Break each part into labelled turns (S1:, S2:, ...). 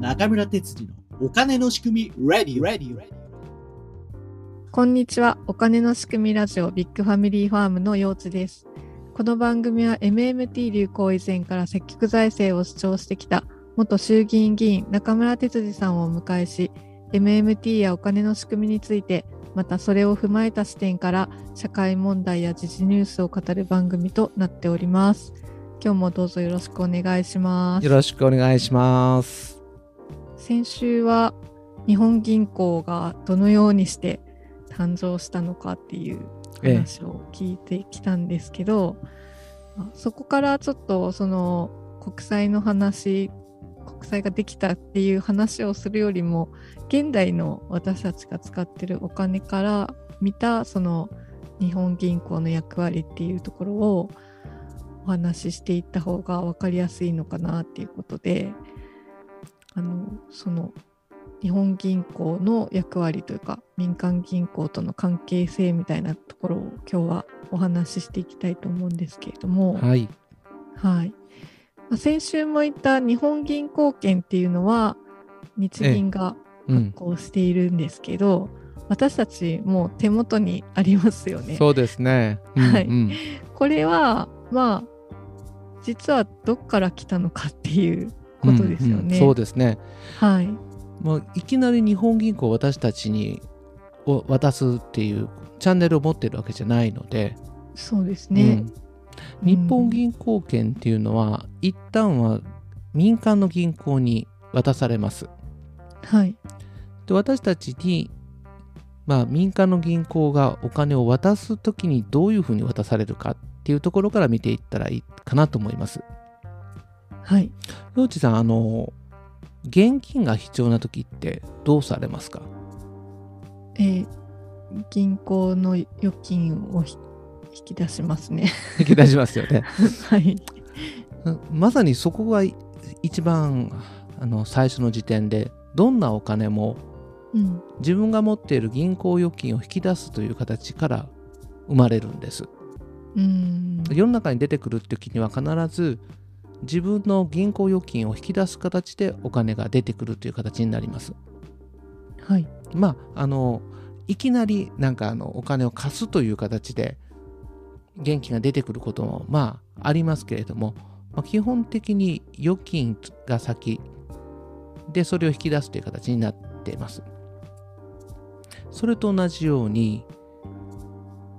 S1: 中村哲次のお金の仕組み Radio, Radio
S2: こんにちは。お金の仕組みラジオビッグファミリーファームの陽地です。この番組は MMT 流行以前から積極財政を主張してきた元衆議院議員中村哲司さんをお迎えし、MMT やお金の仕組みについて、またそれを踏まえた視点から社会問題や時事ニュースを語る番組となっております。今日もどうぞよろしくお願いします
S3: よ。ろしくお願いします。
S2: 先週は日本銀行がどのようにして誕生したのかっていう話を聞いてきたんですけど、あそこからちょっとその国債の話国債ができたっていう話をするよりも現代の私たちが使ってるお金から見たその日本銀行の役割っていうところをお話ししていった方が分かりやすいのかなっていうことであのその日本銀行の役割というか民間銀行との関係性みたいなところを今日はお話ししていきたいと思うんですけれども、はい
S3: はい。
S2: まあ先週も言った日本銀行券っていうのは日銀が発
S3: うん。
S2: 行しているんですけど、私たちもう手元にありますよね。
S3: そうですね。うん
S2: はい
S3: うん
S2: これはまあ実はどっから来たのかっていうことですよね。
S3: うんうんそうですね。
S2: はい、
S3: もういきなり日本銀行を私たちにを渡すっていうチャンネルを持ってるわけじゃないので、
S2: そうですね。
S3: うん日本銀行券っていうのは、一旦は民間の銀行に渡されます。
S2: はい、
S3: で私たちにまあ、民間の銀行がお金を渡すときにどういうふうに渡されるかっていうところから見ていったらいいかなと思います。
S2: はい、
S3: ローチさん、あの、現金が必要な時ってどうされますか
S2: えー銀行の預金をひ引き出します ね。
S3: 引き出しますよね。
S2: はい、
S3: まさにそこがい一番あの最初の時点で、どんなお金も
S2: うん、
S3: 自分が持っている銀行預金を引き出すという形から生まれるんです。
S2: うん、
S3: 世の中に出てくる時には必ず自分の銀行預金を引き出す形でお金が出てくるという形になります。
S2: はい、
S3: まあ、あの、いきなりなんかあのお金を貸すという形で現金が出てくることもまあありますけれども、まあ、基本的に預金が先でそれを引き出すという形になっています。それと同じように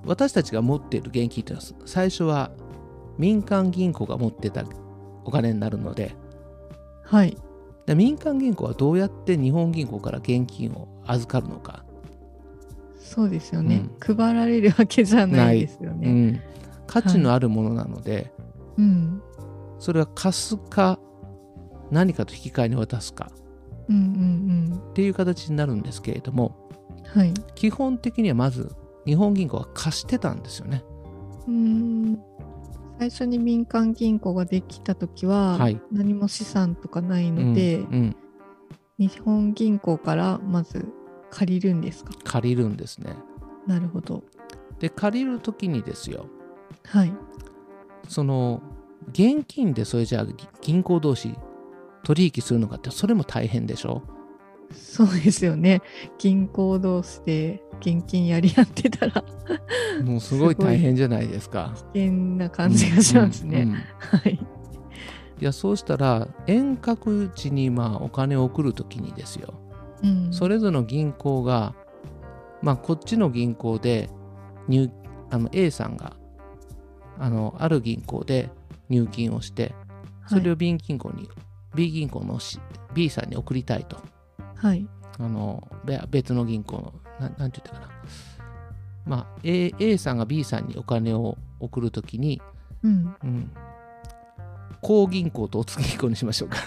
S3: 私たちが持っている現金というのは最初は民間銀行が持ってたお金になるので、
S2: はい、
S3: で民間銀行はどうやって日本銀行から現金を預かるのか、
S2: そうですよね、配られるわけじゃないですよ
S3: う
S2: ね。
S3: ん、価値のあるものなので、
S2: うん、
S3: それは貸すか何かと引き換えに渡すか
S2: うん、うん、
S3: っていう形になるんですけれども
S2: うん、はい、
S3: 基本的にはまず日本銀行は貸してたんですよね。
S2: うん。最初に民間銀行ができた時は、
S3: はい
S2: 何も資産とかない
S3: うん
S2: ので、
S3: うん、
S2: 日本銀行からまず借りるんですか。
S3: 借りるんですね。
S2: なるほど。
S3: で借りる時にですよ
S2: はい。
S3: その現金でそれじゃあ銀行同士取引するのかってそれも大変でしょ
S2: そうですよね。銀行同士で現金やり合ってたら
S3: もうすご
S2: す
S3: い
S2: ごい
S3: 大変じゃないですか。
S2: 危険な感じがしますね。
S3: うんうんうん
S2: はい。
S3: いやそうしたら遠隔地にまあお金を送るときにですよ
S2: うん
S3: それぞれの銀行が、まあ、こっちの銀行で入あの A さんがあのある銀行で入金をしてそれを B 銀行に、B 銀行のし B さんに送りたいと
S2: はい。
S3: あのべ別の銀行のななんて言ったかな、まあ、A, A さんが B さんにお金を送るときに
S2: うん。
S3: うん高銀行と大津銀行にしましょうか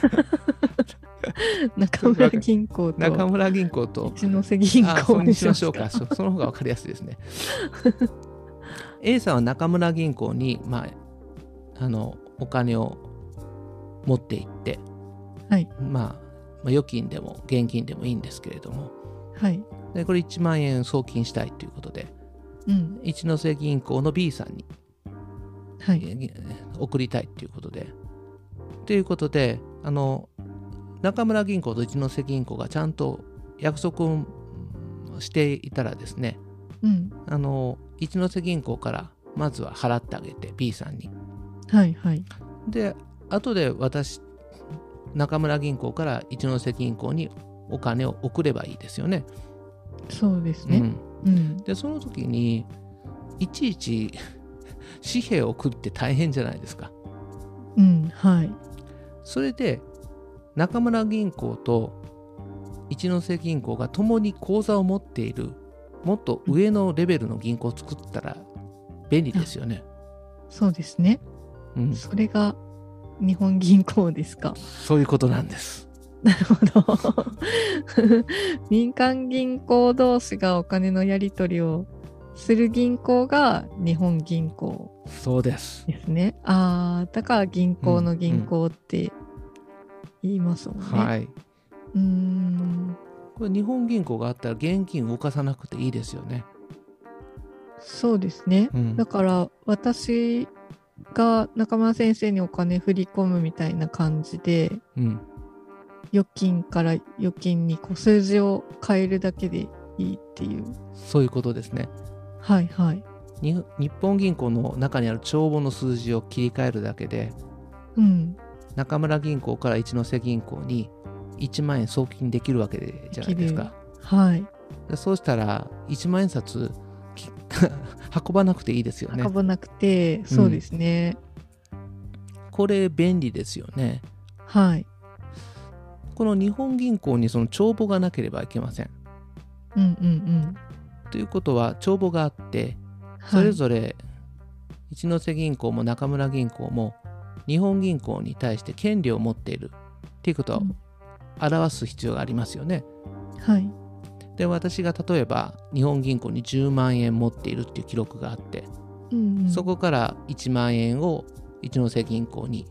S2: 中村銀行と
S3: 中村銀行と
S2: 一ノ瀬銀
S3: あ
S2: 行
S3: そうにしましょう か。そその方が分かりやすいですね。A さんは中村銀行に、まあ、あのお金を持っていって、
S2: はい
S3: まあ、まあ預金でも現金でもいいんですけれども
S2: はい。
S3: でこれ1万円送金したいということで
S2: うん。
S3: 一ノ瀬銀行の B さんに
S2: はい。
S3: えー送りたいということで。ということであの中村銀行と一ノ瀬銀行がちゃんと約束をうんしていたらですね
S2: うん。
S3: あの一ノ瀬銀行からまずは払ってあげて B さんに
S2: はいはい。
S3: で後で私中村銀行から一ノ瀬銀行にお金を送ればいいですよね。
S2: そうです
S3: う
S2: ね。
S3: ん
S2: うん。
S3: でその時にいちいち 紙幣を送って大変じゃないですか。
S2: うん。はい。
S3: それで中村銀行と一ノ瀬銀行が共に口座を持っているもっと上のレベルの銀行を作ったら便利ですよね。
S2: そうですね。
S3: うん、
S2: それが日本銀行ですか。
S3: そういうことなんです。
S2: なるほど。民間銀行同士がお金のやり取りをする銀行が日本銀行
S3: そうです。
S2: ですね。ああ、だから銀行の銀行って言いますもんね。
S3: はい。
S2: うーん、
S3: これ日本銀行があったら現金を動かさなくていいですよね。
S2: そうですね。
S3: うん
S2: だから私が中村先生にお金振り込むみたいな感じで
S3: うん、
S2: 預金から預金にこう数字を変えるだけでいいっていう。
S3: そういうことですね。
S2: はいはい。
S3: に日本銀行の中にある帳簿の数字を切り替えるだけで
S2: うん。
S3: 中村銀行から一ノ瀬銀行に1万円送金できるわけじゃないですか。
S2: はい。
S3: でそうしたら1万円札き 運ばなくていいですよね
S2: 運。ばなくて、そうですね。
S3: これ便利ですよね。
S2: はい。
S3: この日本銀行にその帳簿がなければいけません。
S2: うんうん
S3: ということは帳簿があっ
S2: う
S3: て
S2: ん。はい
S3: それぞれ一ノ瀬銀行も中村銀行も日本銀行に対して権利を持っているっていうことを表す必要がありますよね。
S2: はい。
S3: で私が例えば日本銀行に10万円持っているっていう記録があって
S2: うんうん、
S3: そこから1万円を一ノ瀬銀行に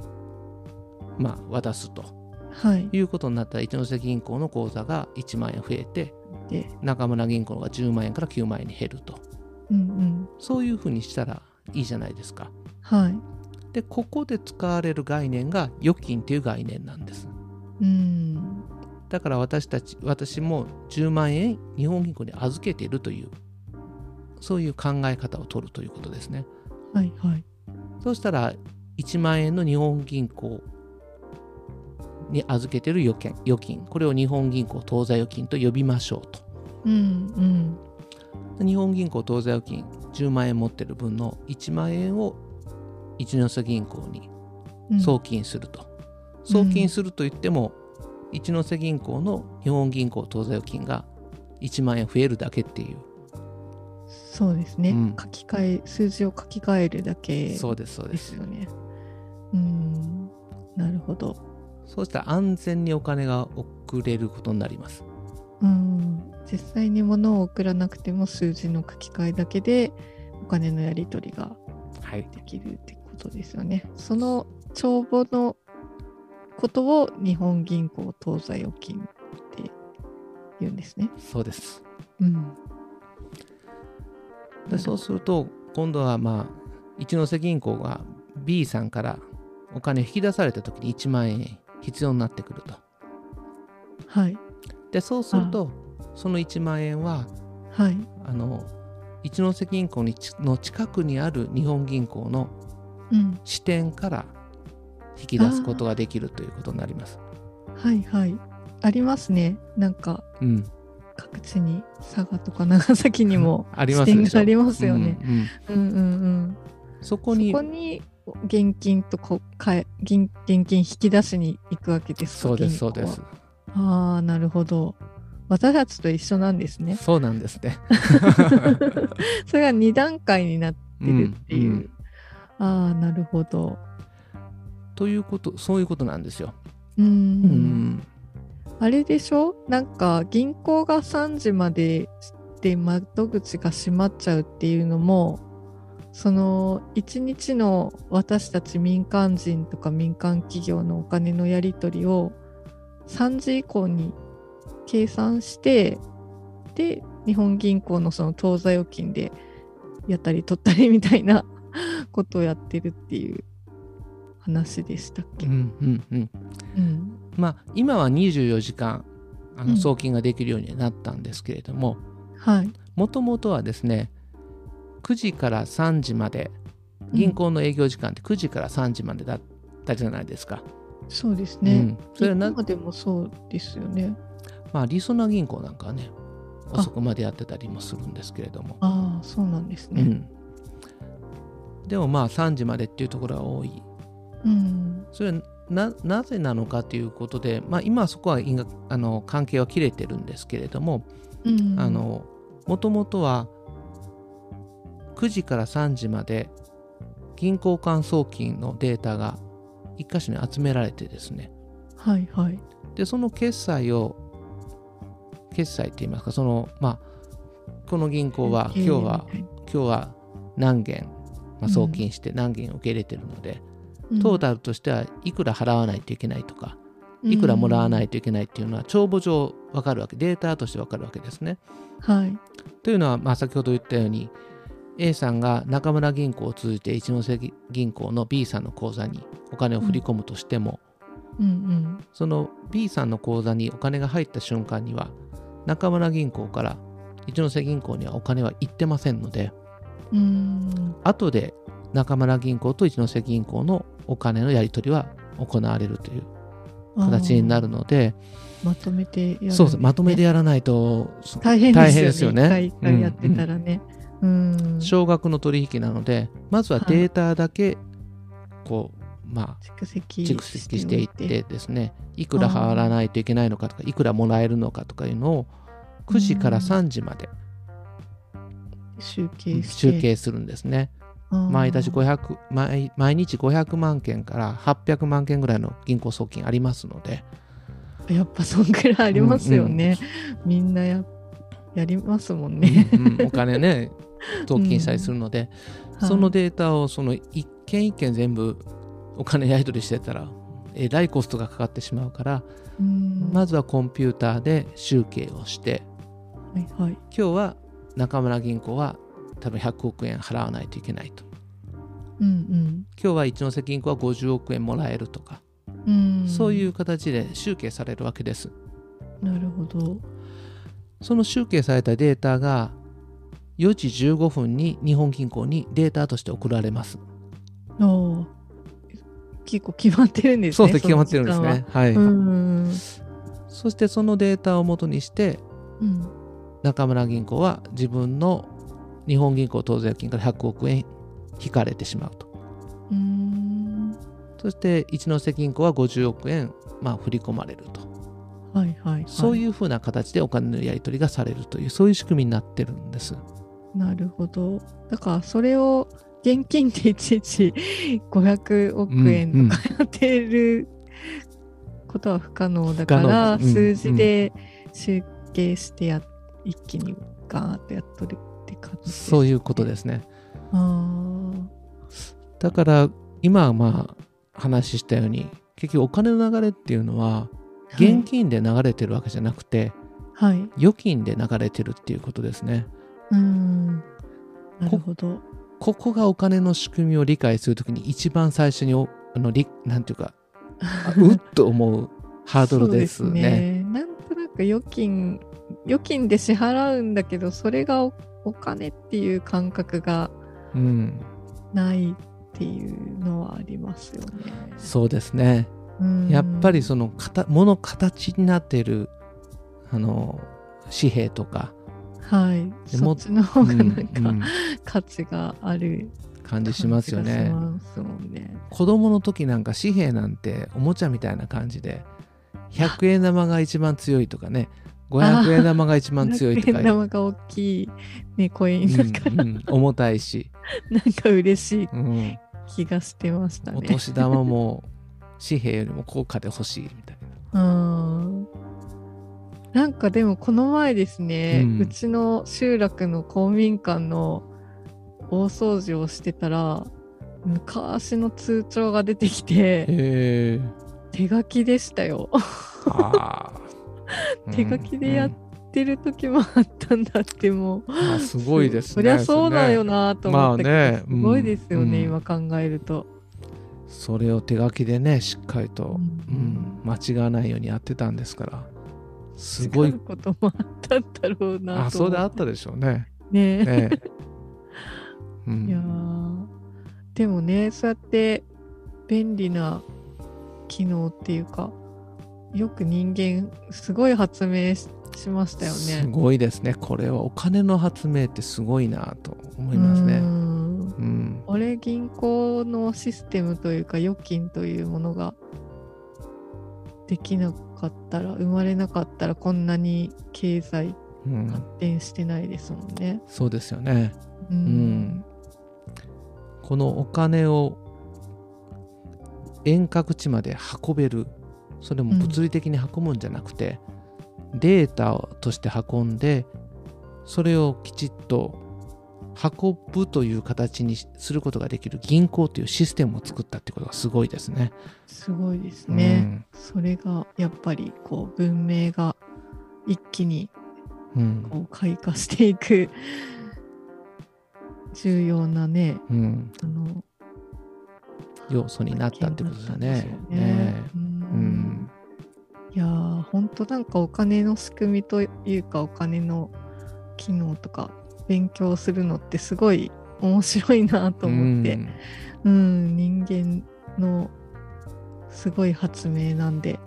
S3: まあ渡すと
S2: はい。
S3: いうことになったら一ノ瀬銀行の口座が1万円増えて
S2: で、
S3: 中村銀行が10万円から9万円に減ると
S2: うんうん。
S3: そういうふうにしたらいいじゃないですか。
S2: はい。
S3: でここで使われる概念が預金っていう概念なんです
S2: うん。
S3: だから私たち私も10万円日本銀行に預けているというそういう考え方を取るということですね
S2: はいはい。
S3: そうしたら1万円の日本銀行に預けている預金預金これを日本銀行当座預金と呼びましょうと
S2: うんうん。
S3: で日本銀行当座預金10万円持ってる分の1万円を一ノ瀬銀行に
S2: うん、
S3: 送金すると、送金するといっても、一ノ瀬銀行の日本銀行当座預金が1万円増えるだけっていう、
S2: そうですね、
S3: うん
S2: 書き換え数字を書き換えるだけ
S3: そうですそうで
S2: ですすよね。うんなるほど。
S3: そうしたら安全にお金が送れることになります
S2: うん実際に物を送らなくても数字の書き換えだけでお金のやり取りが
S3: はい
S2: できるってことですよね。その帳簿のことを日本銀行当座預金って言うんですね。
S3: そうです
S2: うん、
S3: でそうすると今度はまあ一ノ瀬銀行が B さんからお金引き出された時に1万円必要になってくると
S2: はい
S3: でそうするとその1万円は
S2: はい
S3: あの一ノ瀬銀行にちの近くにある日本銀行の
S2: うん
S3: 視点から引き出すことができるということになります。
S2: はいはいありますねなんか
S3: うん、
S2: 各地に佐賀とか長崎にも
S3: ありま
S2: 支
S3: す
S2: 店
S3: でしょ
S2: がありますよね。
S3: うんう
S2: うん
S3: ん
S2: うんうん。
S3: そ
S2: こ
S3: こ
S2: こ
S3: に
S2: に現金とこうかえ現現金引き出しに行くわけですか
S3: そうですそ
S2: 銀行は
S3: うです、
S2: ああなるほど。私たちと一緒なんですね。
S3: そうなんです ね。
S2: それが2段階になってるっていう。
S3: うん
S2: ああなるほど。
S3: ということそういうことなんですよ。
S2: うーん
S3: うん
S2: あれでしょなんか銀行が3時までで窓口が閉まっちゃうっていうのもその一日の私たち民間人とか民間企業のお金のやり取りを3時以降に計算してで日本銀行のその当座預金でやったり取ったりみたいな ことをやってるっていう話でしたっ
S3: う
S2: け、
S3: んうんうん
S2: うん
S3: まあ、今は24時間あ
S2: う
S3: の
S2: ん
S3: 送金ができるようになったんですけれども
S2: はい。
S3: もともとはですね9時から3時まで銀行の営業時間って9時から3時までだったじゃないですか。
S2: そうです
S3: う
S2: ね。
S3: ん、それはな、
S2: 今でもそうですよね。
S3: まあ、りそな銀行なんかはね
S2: あ
S3: 遅くまでやってたりもするんですけれども。
S2: ああ、そうなんです
S3: う
S2: ね。
S3: ん、でもまあ3時までっていうところが多い
S2: うん。
S3: それはななぜなのかということで、まあ、今はそこは因果あの関係は切れてるんですけれども
S2: うん。
S3: あ、のもともとは9時から3時まで銀行間送金のデータが1箇所に集められてですね
S2: はいはい。
S3: でその決済を決済って言いますかそのまあこの銀行は
S2: えー
S3: 今日は、
S2: い
S3: 今日は何件、
S2: う
S3: まあ、
S2: ん
S3: 送金して何件受け入れてるので、
S2: うん
S3: トータルとしてはいくら払わないといけないとか、いくらもらわないといけないっていうのは帳簿上分かるわけデータとして分かるわけですね。
S2: うんはい。
S3: というのは、まあ、先ほど言ったように A さんが中村銀行を通じて一ノ瀬銀行の B さんの口座にお金を振り込むとしても、
S2: うん
S3: その B さんの口座にお金が入った瞬間には中村銀行から一ノ瀬銀行にはお金は行ってませんので
S2: うん。うん。
S3: 後で中村銀行と一ノ瀬銀行のお金のやり取りは行われるという形になるので、
S2: あーまとめてやるんですね、
S3: そうそうまとめてやらないとそ
S2: 大変ですよね。
S3: 大変ですよ
S2: 一回一
S3: ね
S2: 回やってたらね。うん。
S3: 少額の取引なのでまずはデータだけこう、ま
S2: 蓄積
S3: あ蓄積していっ
S2: おい
S3: てですねいくら払わないといけないのかとかいくらもらえるのかとかいうのを9時から3時まで
S2: 集計して
S3: 集計するんですね。
S2: あー
S3: 毎年500毎毎日500万件から800万件ぐらいの銀行送金ありますの で
S2: やっぱそんくらいありますよね、みんなややりますもんね、
S3: うんお金ね送金したりするので、そのデータをその一件一件全部お金やり取りしてたらえらいコストがかかってしまうから、ま
S2: ず
S3: ずはコンピューターで集計をして
S2: はいはい
S3: 今日は中村銀行は多分100億円払わないといけないと
S2: うん
S3: 今日は一ノ瀬銀行は50億円もらえるとか、
S2: うんうん
S3: そういう形で集計されるわけです。
S2: なるほど
S3: その集計されたデータが4時15分に日本銀行にデータとして送られます。
S2: ああ結構決まってるんですね
S3: そうですね、決まってるんですね。はい。
S2: その時間はうん
S3: そしてそのデータを元にして
S2: うん
S3: 中村銀行は自分の日本銀行当座預金から100億円引かれてしまうと。
S2: うん
S3: そして一ノ瀬銀行は50億円、まあ、振り込まれると。
S2: はいはい、はい、
S3: そういうふうな形でお金のやり取りがされるという、そういう仕組みになってるんです。
S2: なるほどだからそれを現金でいちいち500億円
S3: うんうん
S2: 当てることは不可能だか
S3: 不
S2: ら、
S3: 可能うん
S2: 数字で集計してや一気にガーッとやっとるって感じ
S3: そう
S2: う
S3: いうことですね。
S2: あ
S3: だから今はまあ話したように結局お金の流れっていうのは
S2: ー
S3: 現金で流れてるわけじゃなくて、
S2: はい、はい、
S3: 預金で流れてるっていうことですね
S2: うんなるほど
S3: ここがお金の仕組みを理解するときに一番最初におあのりなんていうか あうっと思うハードルです
S2: そう
S3: ね。
S2: なんとなく預金預金で支払うんだけどそれがおお金っていう感覚が
S3: うん、
S2: ないっていうのはありますよね。
S3: そうですね。
S2: うん
S3: やっぱりその形物形になっているあの紙幣 とか、
S2: はい
S3: で
S2: そ
S3: も
S2: っちの方がなん
S3: う
S2: か
S3: んうん
S2: 価値がある
S3: 感じしますよ
S2: 感じ
S3: ね。
S2: がしますもんね。
S3: 子供の時なんか紙幣なんておもちゃみたいな感じで100円玉が一番強いとかね500円玉が一番強いと
S2: 100
S3: か
S2: 円玉が大きい、ね、コインだから、
S3: うんうん重たいし、
S2: なんか嬉しい
S3: うん
S2: 気がしてました
S3: お
S2: ね。
S3: 年玉も紙幣よりも高価で欲しいみたい な。
S2: うんなんかでもこの前ですね、
S3: う
S2: うんちの集落の公民館の大掃除をしてたら昔の通帳が出てきて
S3: へえ。
S2: 手書きでしたよ。
S3: あー
S2: 手書きでやっってる時もあったんだってもう
S3: うんうんあす ごいですね。
S2: そりゃそうだよ
S3: ね。
S2: なと思ったけど、
S3: まあね
S2: すごいですよね、
S3: うん
S2: 今考えると
S3: それを手書きでねしっかりと、う
S2: うん
S3: ん、間違わないようにやってたんですからすご
S2: 違
S3: いう
S2: こともあったんだろうな
S3: あ
S2: と思っ
S3: そう
S2: て
S3: であったでしょうね。
S2: ねえ
S3: ええう
S2: いや
S3: ん、
S2: ーでもねそうやって便利な機能っていうかよく人間すごい発明ししましたよね。
S3: すごいですねこれはお金の発明ってすごいなと思います
S2: う
S3: ね。
S2: ん
S3: うん、
S2: あれ銀行のシステムというか預金というものができなかったら生まれなかったらこんなに経済
S3: うん
S2: 発展してないですもんね。
S3: そうですよね。
S2: う
S3: うん、このお金を遠隔地まで運べるそれも物理的に運ぶんじゃなくて、データとして運んでそれをきちっと運ぶという形にすることができる銀行というシステムを作ったってことがすごいですね。
S2: すごいですね。それがやっぱりこう文明が一気に
S3: うんうん
S2: こう開花していく 重要なね
S3: うん、
S2: あの
S3: 要素になったってことだ
S2: 発見だっ
S3: ね。
S2: たんですよ
S3: ね
S2: う
S3: えうん
S2: んいやー本当なんかお金の仕組みというかお金の機能とか勉強するのってすごい面白いなと思って、
S3: うん
S2: うん人間のすごい発明なんで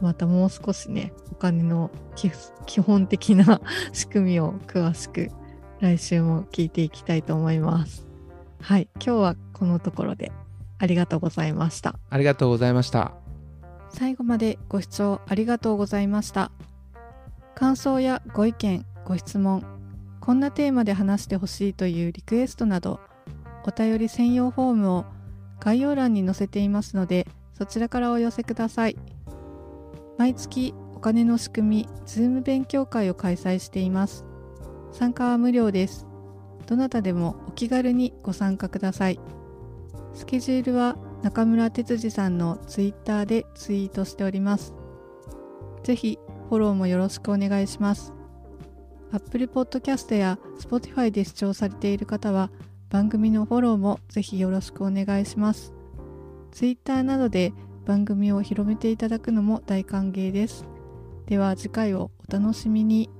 S2: またもう少しねお金の基基本的な仕組みを詳しく来週も聞いていきたいと思います。はい今日はこのところでありがとうございました。
S3: ありがとうございました。
S4: 最後までご視聴ありがとうございました感想やご意見ご質問こんなテーマで話してほしいというリクエストなどお便り専用フォームを概要欄に載せていますのでそちらからお寄せください毎月お金の仕組み Zoom 勉強会を開催しています参加は無料ですどなたでもお気軽にご参加くださいスケジュールは中村哲司さんのツイッターでツイートしております。ぜひフォローもよろしくお願いします。Apple Podcast や Spotify で視聴されている方は番組のフォローもぜひよろしくお願いします。ツイッターなどで番組を広めていただくのも大歓迎です。では次回をお楽しみに。